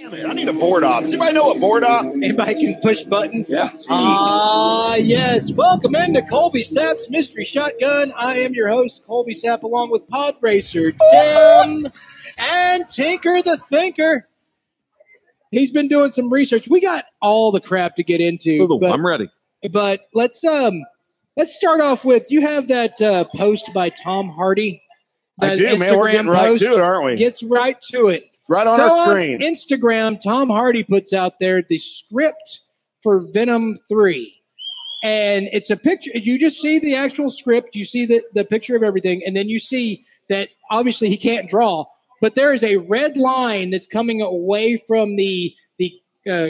I need a board op. Does anybody know what board op? Anybody can push buttons. Yeah. Ah, yes. Welcome into Colby Sapp's Mystery Shotgun. I am your host, Colby Sapp, along with Pod Racer Tim and Tinker the Thinker. He's been doing some research. We got all the crap to get into, but, I'm ready. but let's um let's start off with you have that uh, post by Tom Hardy. I That do, man. We're Instagram getting right post to it, aren't we? Gets right to it right on so our on screen. Instagram, Tom Hardy puts out there the script for Venom 3. And it's a picture. You just see the actual script, you see the, the picture of everything, and then you see that obviously he can't draw, but there is a red line that's coming away from the the uh,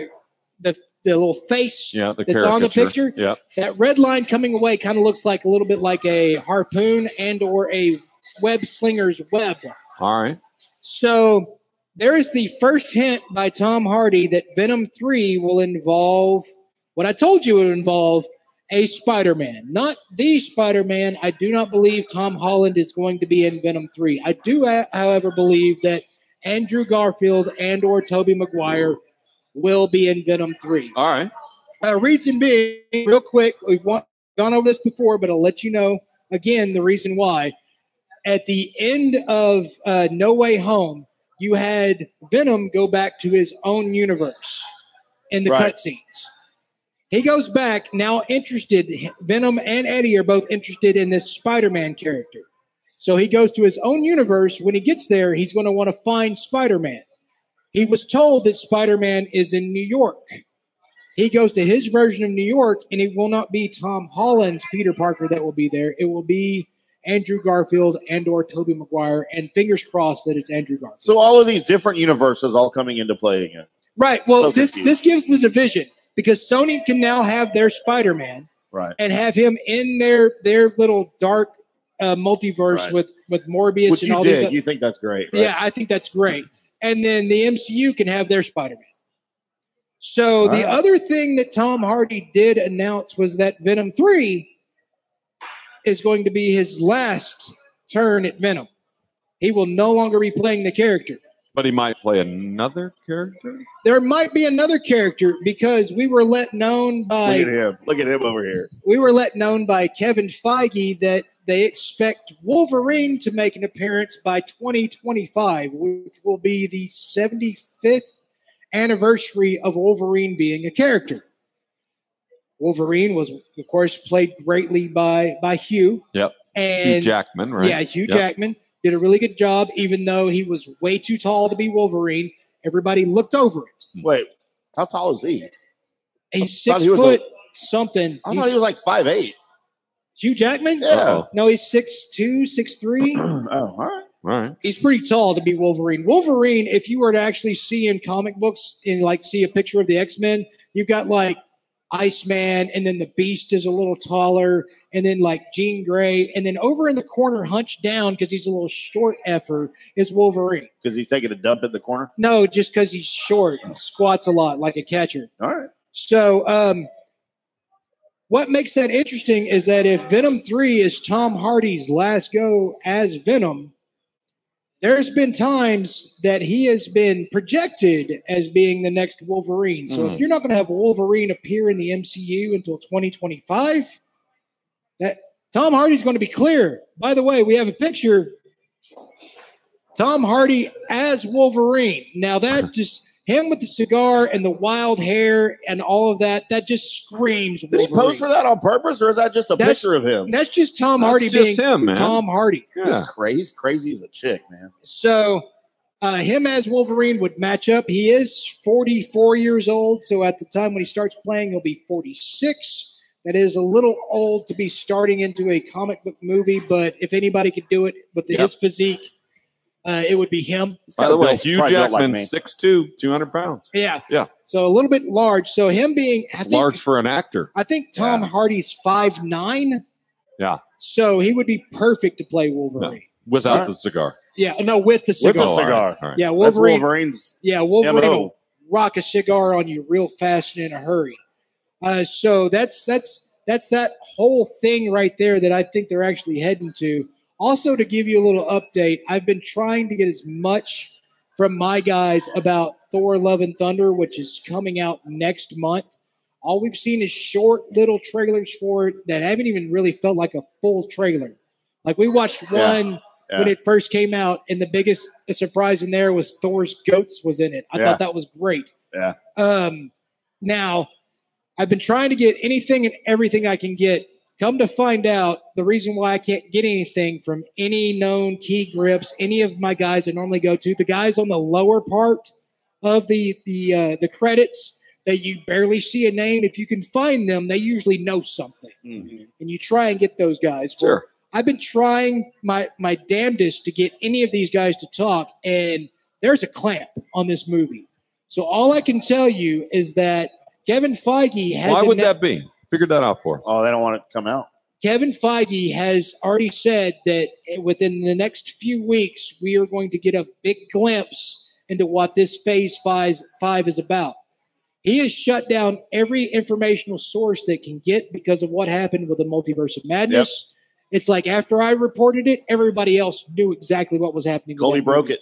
the, the little face Yeah, the It's on the caricature. picture? Yeah, that red line coming away kind of looks like a little bit like a harpoon and or a web slinger's web all right. so there is the first hint by Tom Hardy that Venom 3 will involve what I told you it would involve a Spider Man. Not the Spider Man. I do not believe Tom Holland is going to be in Venom 3. I do, uh, however, believe that Andrew Garfield and or Toby Maguire will be in Venom 3. All right. Uh, reason being, real quick, we've wa- gone over this before, but I'll let you know again the reason why. At the end of uh, No Way Home, you had Venom go back to his own universe in the Right. cutscenes. He goes back now interested. Venom and Eddie are both interested in this Spider Man character. So he goes to his own universe. When he gets there, he's going to want to find Spider Man. He was told that Spider Man is in New York. He goes to his version of New York, and it will not be Tom Holland's Peter Parker that will be there. It will be Andrew Garfield and or Toby Maguire, and fingers crossed that it's Andrew Garfield. so all of these different universes all coming into play again. Right. Well, So this confused. this gives the division because Sony can now have their Spider Man Right. and have him in their their little dark uh, multiverse Right. with with Morbius Which and you all did. these. You think that's great, right? Yeah, I think that's great. And then the MCU can have their Spider Man. So the Alright. other thing that Tom Hardy did announce was that Venom 3 is going to be his last turn at Venom. He will no longer be playing the character. But he might play another character. There might be another character because we were let known by Look at him. Look at him over here. we were let known by Kevin Feige that they expect Wolverine to make an appearance by 2025, which will be the 75th anniversary of Wolverine being a character. Wolverine was, of course, played greatly by by Hugh. Yep. And Hugh Jackman, right? yeah, Hugh Yep. Jackman did a really good job, even though he was way too tall to be Wolverine. Everybody looked over it. Wait, how tall is he? He's I thought six he was foot something. I He's- thought he was like five eight. Hugh Jackman? Yeah. Uh-oh. No, he's six two, six three. Oh, all right. All right. he's pretty tall to be Wolverine. Wolverine, if you were to actually see in comic books and like see a picture of the X Men, you've got like Iceman, and then the Beast is a little taller, and then like Jean Grey, and then over in the corner, hunched down because he's a little short effer, is Wolverine. Because he's taking a dump in the corner. No, just because he's short and squats a lot like a catcher. All right. So, um, what makes that interesting is that if Venom 3 is Tom Hardy's last go as Venom, there's been times that he has been projected as being the next Wolverine. So, if Mhm. you're not going to have Wolverine appear in the MCU until 2025, that Tom Hardy's going to be clear. By the way, we have a picture Tom Hardy as Wolverine. Now that just him with the cigar and the wild hair and all of that, that just screams Did he Wolverine. pose for that on purpose, or is that just a That's- picture of him? That's just Tom That's Hardy being just him, man. Tom Hardy. Yeah. He's, cra- he's crazy as a chick, man. So uh, him as Wolverine would match up. He is 44 years old, so at the time when he starts playing, he'll be 46. That is a little old to be starting into a comic book movie, but if anybody could do it with Yep. his physique, uh, it would be him. He's By kinda the way, built- Hugh probably built like Jackman, me. six two, two hundred pounds. Yeah. Yeah. So a little bit large. So him being I think, Large for an actor. I think Tom Hardy's five nine. Yeah. So he would be perfect to play Wolverine. Without Sir? the cigar. Oh, Yeah. No, with the With a cigar. all right, cigar. all right. yeah, That's Wolverine. Wolverine's Yeah, Wolverine MO. will rock a cigar on you real fast and in a hurry. Uh, so that's that's that's that whole thing right there that I think they're actually heading to. Also, to give you a little update, I've been trying to get as much from my guys about Thor: Love and Thunder, which is coming out next month. All we've seen is short little trailers for it that haven't even really felt like a full trailer. Like we watched Yeah. one Yeah. when it first came out, and the biggest surprise in there was Thor's goats was in it. I Yeah. thought that was great. Yeah. Um, now, I've been trying to get anything and everything I can get. Come to find out, the reason why I can't get anything from any known key grips, any of my guys I normally go to, the guys on the lower part of the the uh, the credits that you barely see a name. If you can find them, they usually know something, Mm-hmm. and you try and get those guys. Well, Sure. I've been trying my my damnedest to get any of these guys to talk, and there's a clamp on this movie. So all I can tell you is that Kevin Feige has Why would anno- that be? Figure that out for us. Oh, they don't want it to come out. Kevin Feige has already said that within the next few weeks we are going to get a big glimpse into what this phase five, five is about. He has shut down every informational source that can get because of what happened with the multiverse of madness. It's like after I reported it, everybody else knew exactly what was happening. with Coley that broke movie.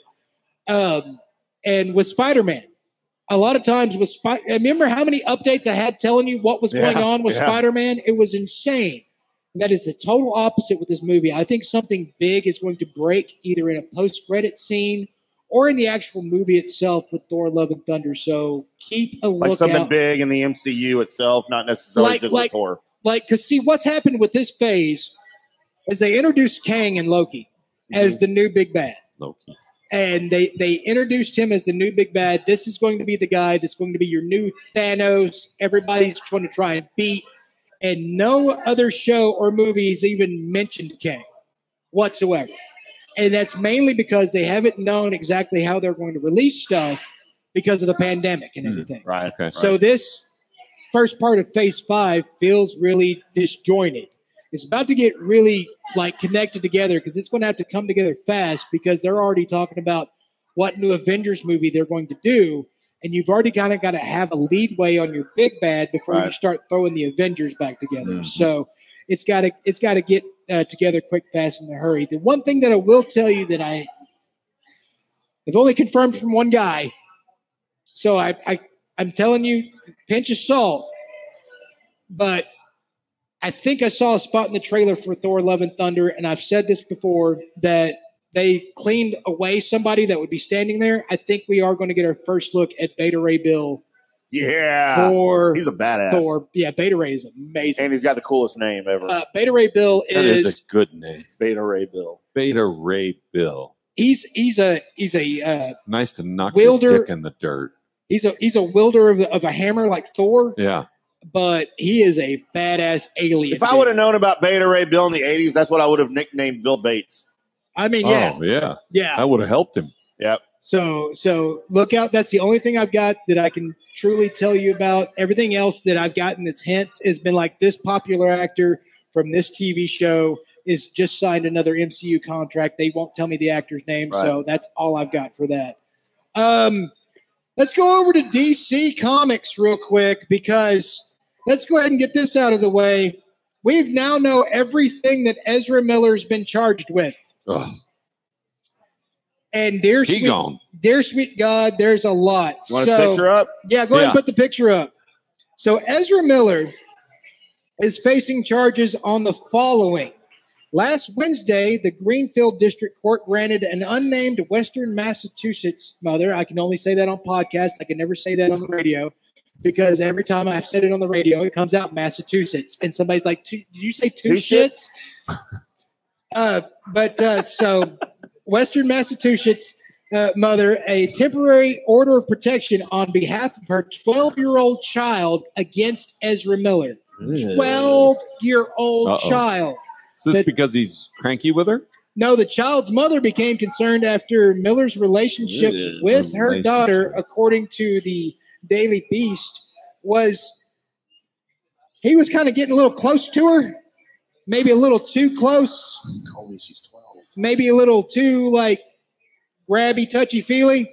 it. Um, and with Spider Man, a lot of times with Spider, remember how many updates I had telling you what was Yeah, going on with yeah. Spider Man? It was insane. And that is the total opposite with this movie. I think something big is going to break either in a post credit scene or in the actual movie itself with Thor: Love and Thunder. So keep a Like lookout. something big in the MCU itself, not necessarily Like- just like- a tour. like because see what's happened with this phase is they introduced Kang and Loki Mm-hmm. as the new big bad. Loki. and they they introduced him as the new big bad. This is going to be the guy that's going to be your new Thanos. Everybody's trying to try and beat, and no other show or movie has even mentioned Kang whatsoever. And that's mainly because they haven't known exactly how they're going to release stuff because of the pandemic and Hmm, everything. Right. Okay. So this first part of phase five feels really disjointed. It's about to get really like connected together because it's going to have to come together fast because they're already talking about what new Avengers movie they're going to do. And you've already kind of got to have a leadway on your big bad before you Right. start throwing the Avengers back together. Mm-hmm. Mhm. So it's got to it's got to get uh, together quick, fast, in a hurry. The one thing that I will tell you that I I've only confirmed from one guy, so I, I I'm telling you, pinch of salt. But I think I saw a spot in the trailer for Thor: Love and Thunder, and I've said this before that they cleaned away somebody that would be standing there. I think we are going to get our first look at Beta Ray Bill Yeah. for Ah, He's a badass. Thor. Yeah, Beta Ray is amazing. And he's got the coolest name ever. Uh, Beta Ray Bill that is, is a good name. Beta Ray Bill. Beta Ray Bill. he's he's a he's a uh, Nice to knock Wilder- your dick in the dirt. he's a he's a wielder of, of a hammer like Thor, Yeah. but he is a badass alien. If I dude. would have known about Beta Ray Bill in the 80s, that's what I would have nicknamed Bill Bates. I mean, yeah, Oh, yeah. yeah. That would have helped him. So so look out. That's the only thing I've got that I can truly tell you about. Everything else that I've gotten that's hints has been like this popular actor from this TV show is just signed another MCU contract. They won't tell me the actor's name, so that's all I've got for that. Um, let's go over to DC Comics real quick because let's go ahead and get this out of the way. We've now know everything that Ezra Miller's been charged with. Ugh, And dear he sweet gone. Dear sweet God, there's a lot. You want so, his picture up? yeah, go ahead and Yeah. put the picture up. So Ezra Miller is facing charges on the following. Last Wednesday, the Greenfield District Court granted an unnamed Western Massachusetts mother. I can only say that on podcasts. I can never say that on the radio because every time I've said it on the radio, it comes out Massachusetts. And somebody's like, "Two- Did you say two, Two shits? uh, but uh, so, Western Massachusetts uh, mother a temporary order of protection on behalf of her 12 year old child against Ezra Miller. 12 year old Uh-oh. child. Is this that- because he's cranky with her? No, the child's mother became concerned after Miller's relationship Ugh, with her relationship. daughter, according to the Daily Beast, was he was kind of getting a little close to her, maybe a little too close, Coley, she's 12. maybe a little too like grabby, touchy feely.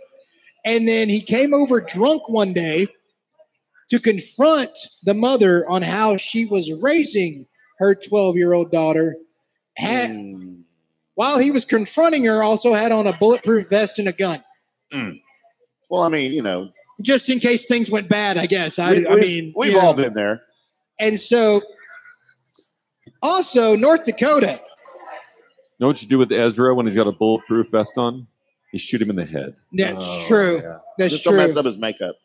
And then he came over drunk one day to confront the mother on how she was raising her 12 year old daughter. Had, Mm. while he was confronting her, also had on a bulletproof vest and a gun. Well, I mean, you know, just in case things went bad, I guess. I, we, I we've- mean, we've you all know. been there. And so, also North Dakota. Know what you do with Ezra when he's got a bulletproof vest on? You shoot him in the head. That's Oh, true. yeah. That's Just true. don't mess up his makeup.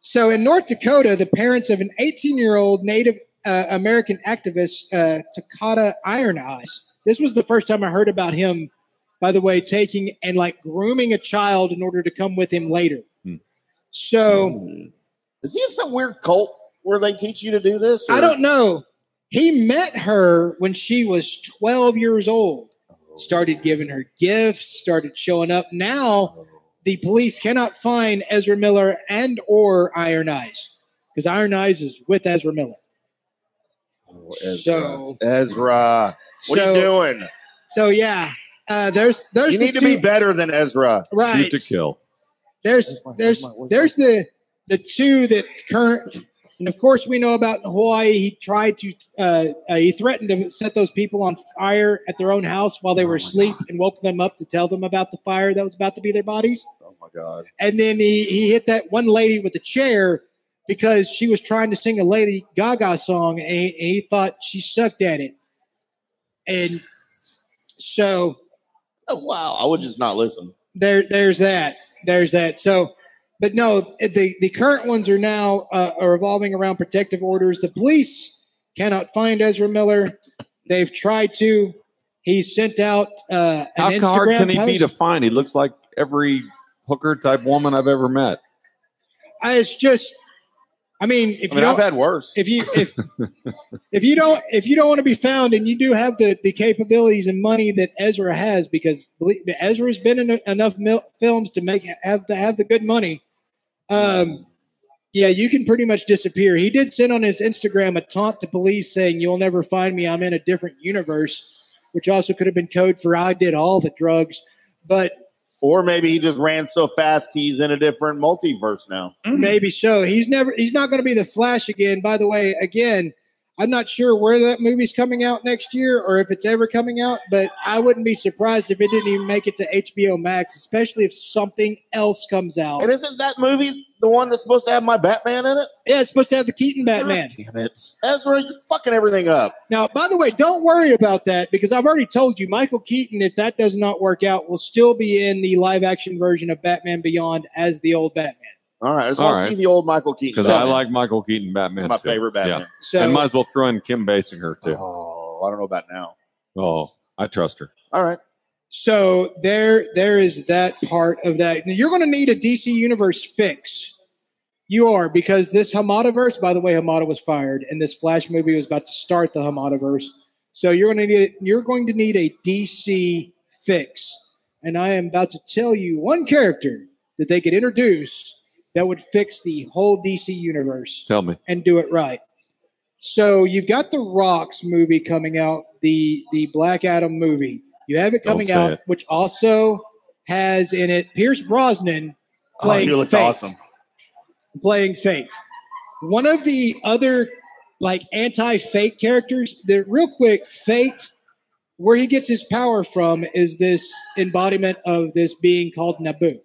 So in North Dakota, the parents of an 18-year-old Native uh, American activist, uh, Takata Iron Eyes. This was the first time I heard about him, by the way, taking and like grooming a child in order to come with him later. Hmm. Hmm. So Is he in some weird cult where they teach you to do this? I don't know. He met her when she was 12 years old, Oh. started giving her gifts, started showing up. Now the police cannot find Ezra Miller and or Iron Eyes because Iron Eyes is with Ezra Miller. Oh, So- Ezra, what so, are you doing? so yeah, uh, there's there's You the need to be two- better than Ezra. right. Shoot to kill. There's there's there's the the two that's current, and of course we know about in Hawaii. He tried to uh, uh, he threatened to set those people on fire at their own house while they were asleep, and woke them up to tell them about the fire that was about to be their bodies. Oh my God! and then he, he hit that one lady with a chair because she was trying to sing a Lady Gaga song, and he, and he thought she sucked at it. And so Oh, wow! I would just not listen. there, there's that, there's that. So, but no, the the current ones are now uh, are revolving around protective orders. The police cannot find Ezra Miller. They've tried to. He sent out uh, an How hard Instagram can he be post. to find? He looks like every hooker type woman I've ever met. I- it's just, I mean, if I you mean, don't, I've had worse. if you if if you don't if you don't want to be found and you do have the the capabilities and money that Ezra has because believe- Ezra's been in enough mil- films to make have to have the good money um yeah you can pretty much disappear he did send on his Instagram a taunt to police saying you'll never find me I'm in a different universe which also could have been code for I did all the drugs but or maybe he just ran so fast he's in a different multiverse now. Maybe so. He's never. He's not going to be the Flash again. By the way, again, I'm not sure where that movie's coming out next year or if it's ever coming out. But I wouldn't be surprised if it didn't even make it to HBO Max, especially if something else comes out. And isn't that movie the one that's supposed to have my Batman in it? yeah, it's supposed to have the Keaton Batman. God damn it, Ezra, you're fucking everything up. Now, by the way, don't worry about that because I've already told you, Michael Keaton, if that does not work out, will still be in the live-action version of Batman Beyond as the old Batman. All right, I just All want to right. see the old Michael Keaton. Because I Batman. like Michael Keaton Batman. He's my too. favorite Batman. So and might as well throw in Kim Basinger too. Oh, I don't know about now. Oh, I trust her. All right. So there, there is that part of that. Now, You're going to need a DC Universe fix. You are because this Hamadaverse, by the way, Hamada was fired, and this Flash movie was about to start the Hamadaverse. So you're going to need you're going to need a DC fix, and I am about to tell you one character that they could introduce that would fix the whole DC universe Tell me. and do it right. So you've got the Rocks movie coming out, the the Black Adam movie. You have it Don't coming say out, it. which also has in it Pierce Brosnan Oh, playing you looked Fate. awesome. Playing Fate. One of the other like anti-Fate characters. The real quick Fate, where he gets his power from, is this embodiment of this being called Naboo.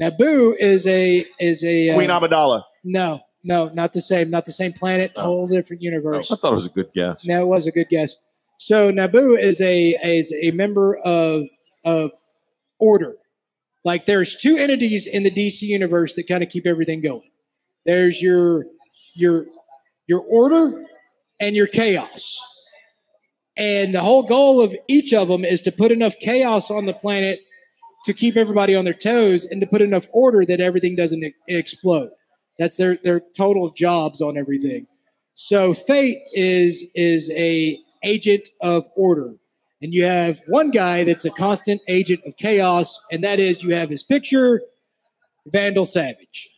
Naboo is a is a uh, Queen Amidala. no, no, not the same. Not the same planet. Oh. Whole different universe. I thought it was a good guess. No, it was a good guess. So Naboo is a is a member of of Order. Like there's two entities in the DC universe that kind of keep everything going. There's your your your order and your chaos. And the whole goal of each of them is to put enough chaos on the planet to keep everybody on their toes and to put enough order that everything doesn't e- explode. That's their their total jobs on everything. So Fate is is a agent of order. And you have one guy that's a constant agent of chaos, and that is you have his picture, Vandal Savage.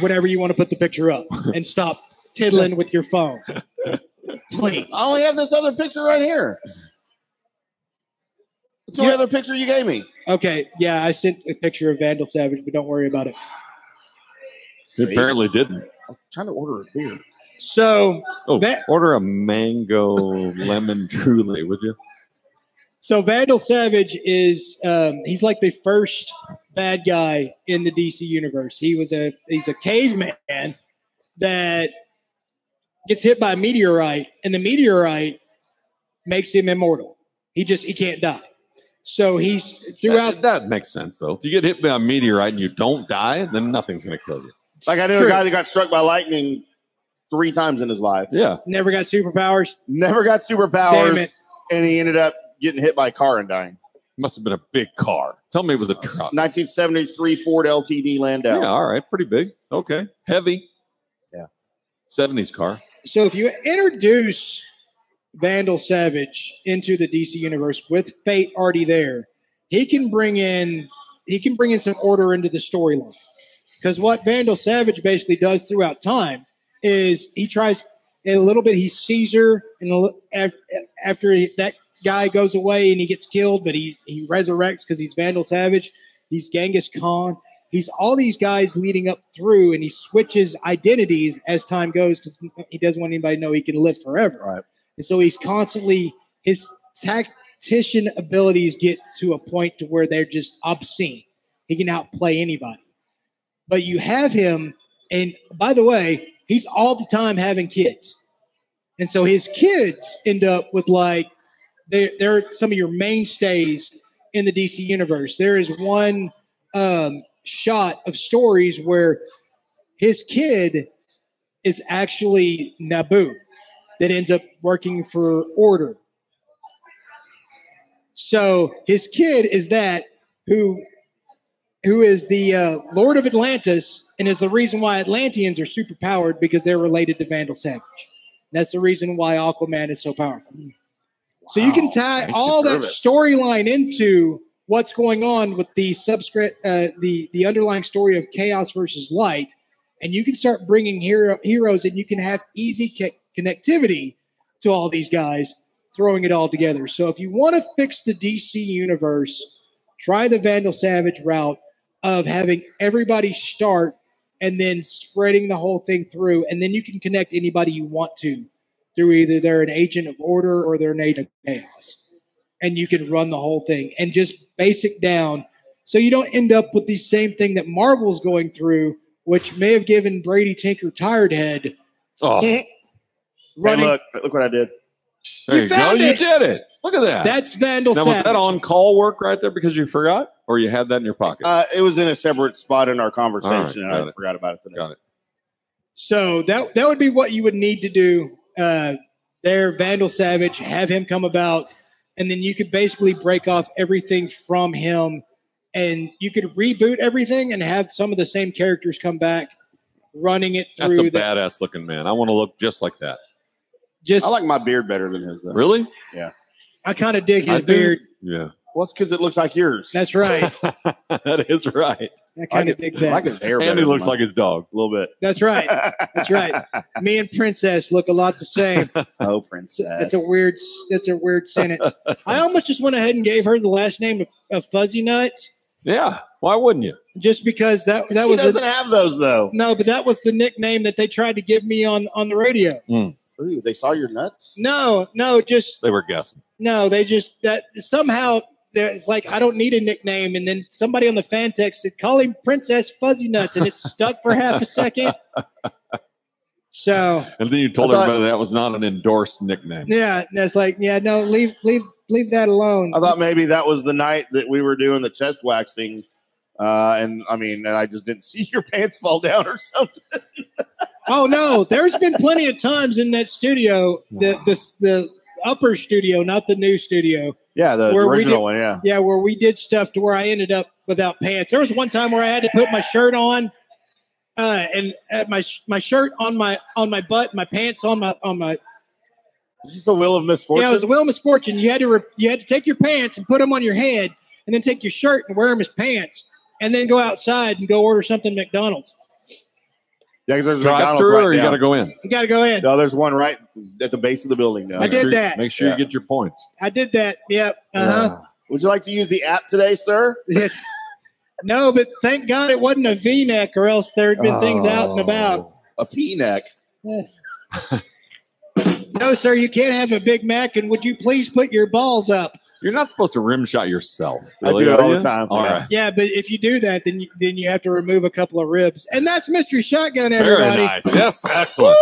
Whenever you want to put the picture up and stop tiddling with your phone. Please. I only have this other picture right here. It's the only Yeah. other picture you gave me. Okay, yeah, I sent a picture of Vandal Savage, but don't worry about it. It apparently didn't. I'm trying to order a beer. So Oh, That- order a mango lemon truly, would you? So Vandal Savage is um, he's like the first bad guy in the DC universe. He was a he's a caveman that gets hit by a meteorite, and the meteorite makes him immortal. He just he can't die. So he's throughout That, that makes sense, though. If you get hit by a meteorite and you don't die, then nothing's going to kill you. Like I knew True. a guy that got struck by lightning three times in his life. Yeah. never got superpowers. Never got Damn superpowers, it. and he ended up getting hit by a car and dying. Must have been a big car. Tell me it was a truck. 1973 Ford LTD Landau. Yeah, all right. Pretty big. Okay. Heavy. Yeah. 70s car. So if you introduce Vandal Savage into the DC universe with Fate already there, he can bring in he can bring in some order into the storyline. Because what Vandal Savage basically does throughout time is he tries a little bit. He's Caesar, and a li- af- after he- that guy goes away and he gets killed, but he he resurrects because he's Vandal Savage. He's Genghis Khan. He's all these guys leading up through, and he switches identities as time goes because he doesn't want anybody to know he can live forever. Right. And so he's constantly his tactician abilities get to a point to where they're just obscene. He can outplay anybody. But you have him, and by the way, he's all the time having kids, and so his kids end up with like they're, they're some of your mainstays in the DC universe. There is one um, shot of stories where his kid is actually Naboo that ends up working for Order. So his kid is that who who is the uh, Lord of Atlantis and is the reason why Atlanteans are super powered because they're related to Vandal Savage. That's the reason why Aquaman is so powerful. So you can Wow. tie Thanks all for that service. storyline into what's going on with the subscript, uh, the the underlying story of chaos versus light, and you can start bringing hero, heroes, and you can have easy ca- connectivity to all these guys, throwing it all together. So if you want to fix the DC universe, try the Vandal Savage route of having everybody start and then spreading the whole thing through, and then you can connect anybody you want to through either they're an agent of order or they're an agent of chaos. And you can run the whole thing and just basic down so you don't end up with the same thing that Marvel's going through, which may have given Brady Tinker tired head Oh, there Hey, running. look, look what I did. You you, go. found You it. did it. Look at that. That's Vandal now, was Savage. that on call work right there because you forgot or you had that in your pocket? Uh, it was in a separate spot in our conversation, All right, and got I it. forgot about it today. Got it. So that that would be what you would need to do uh, there, Vandal Savage. Have him come about, and then you could basically break off everything from him, and you could reboot everything and have some of the same characters come back, running it That's a through. the, badass looking man. I want to look just like that. just I I, like my beard better than his, though. Really? kind of dig I his do? beard. Yeah. Well, it's because it looks like yours. That's right. that is right. I I like kind of it- dig I that. like his hair better. And he than looks mine. like his dog. a little bit. That's right. That's right. Me and Princess look a lot the same. oh, It's a- princess. That's a weird. That's a weird sentence. I almost just went ahead and gave her the last name of, of Fuzzy Nuts. Yeah. Why wouldn't you? just because that that she was doesn't a, have those though. no, but that was the nickname that they tried to give me on on the radio. Mm. Ooh, they saw your nuts. No, no, just They were guessing. no. They just that somehow there- it's like I don't need a nickname, and then somebody on the fan text said, "Call him Princess Fuzzy Nuts," and it stuck for half a second. So And then you told I thought- everybody that was not an endorsed nickname. yeah, that's like yeah, no, leave leave leave that alone. I thought maybe that was the night that we were doing the chest waxing, uh, and I mean, and I just didn't see your pants fall down or something. Oh no, there's been plenty of times in that studio, the the the upper studio, not the new studio, Yeah, the Where we original did- one. Yeah, Yeah, where we did stuff to where I ended up without pants. There was one time where I had to put my shirt on, uh, and uh, my sh- my shirt on my on my butt, my pants on my on my. this is the will of misfortune. Yeah, it was a will of misfortune. You had to re- you had to take your pants and put them on your head, and then take your shirt and wear them as pants, and then go outside and go order something at McDonald's. Yeah, 'cause there's Drive McDonald's through, right or you down. got to go in. You got to go in. No, there's one right at the base of the building now. I Make did sure- that. Make sure Yeah. you get your points. I did that. Yep. Uh huh. Would you like to use the app today, sir? No, but thank God it wasn't a V neck, or else there'd been things out and about. Oh. A P neck. No, sir, you can't have a Big Mac. And would you please put your balls up? You're not supposed to rim shot yourself. I do Really, it are all the you? time. All Yeah. right. Yeah, but if you do that, then you, then you have to remove a couple of ribs, and that's mystery shotgun. Everybody, Very nice. Yes, excellent.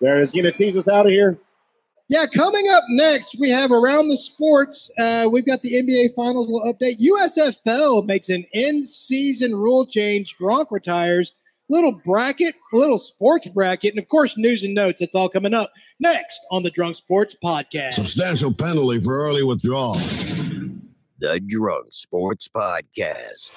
There is going to tease us out of here. yeah. Coming up next, we have around the sports. Uh, we've got the NBA Finals little update. USFL makes an in-season rule change. Gronk retires. Little bracket, little sports bracket, and of course, news and notes. It's all coming up next on the Drunk Sports Podcast. Substantial penalty for early withdrawal. The Drunk Sports Podcast.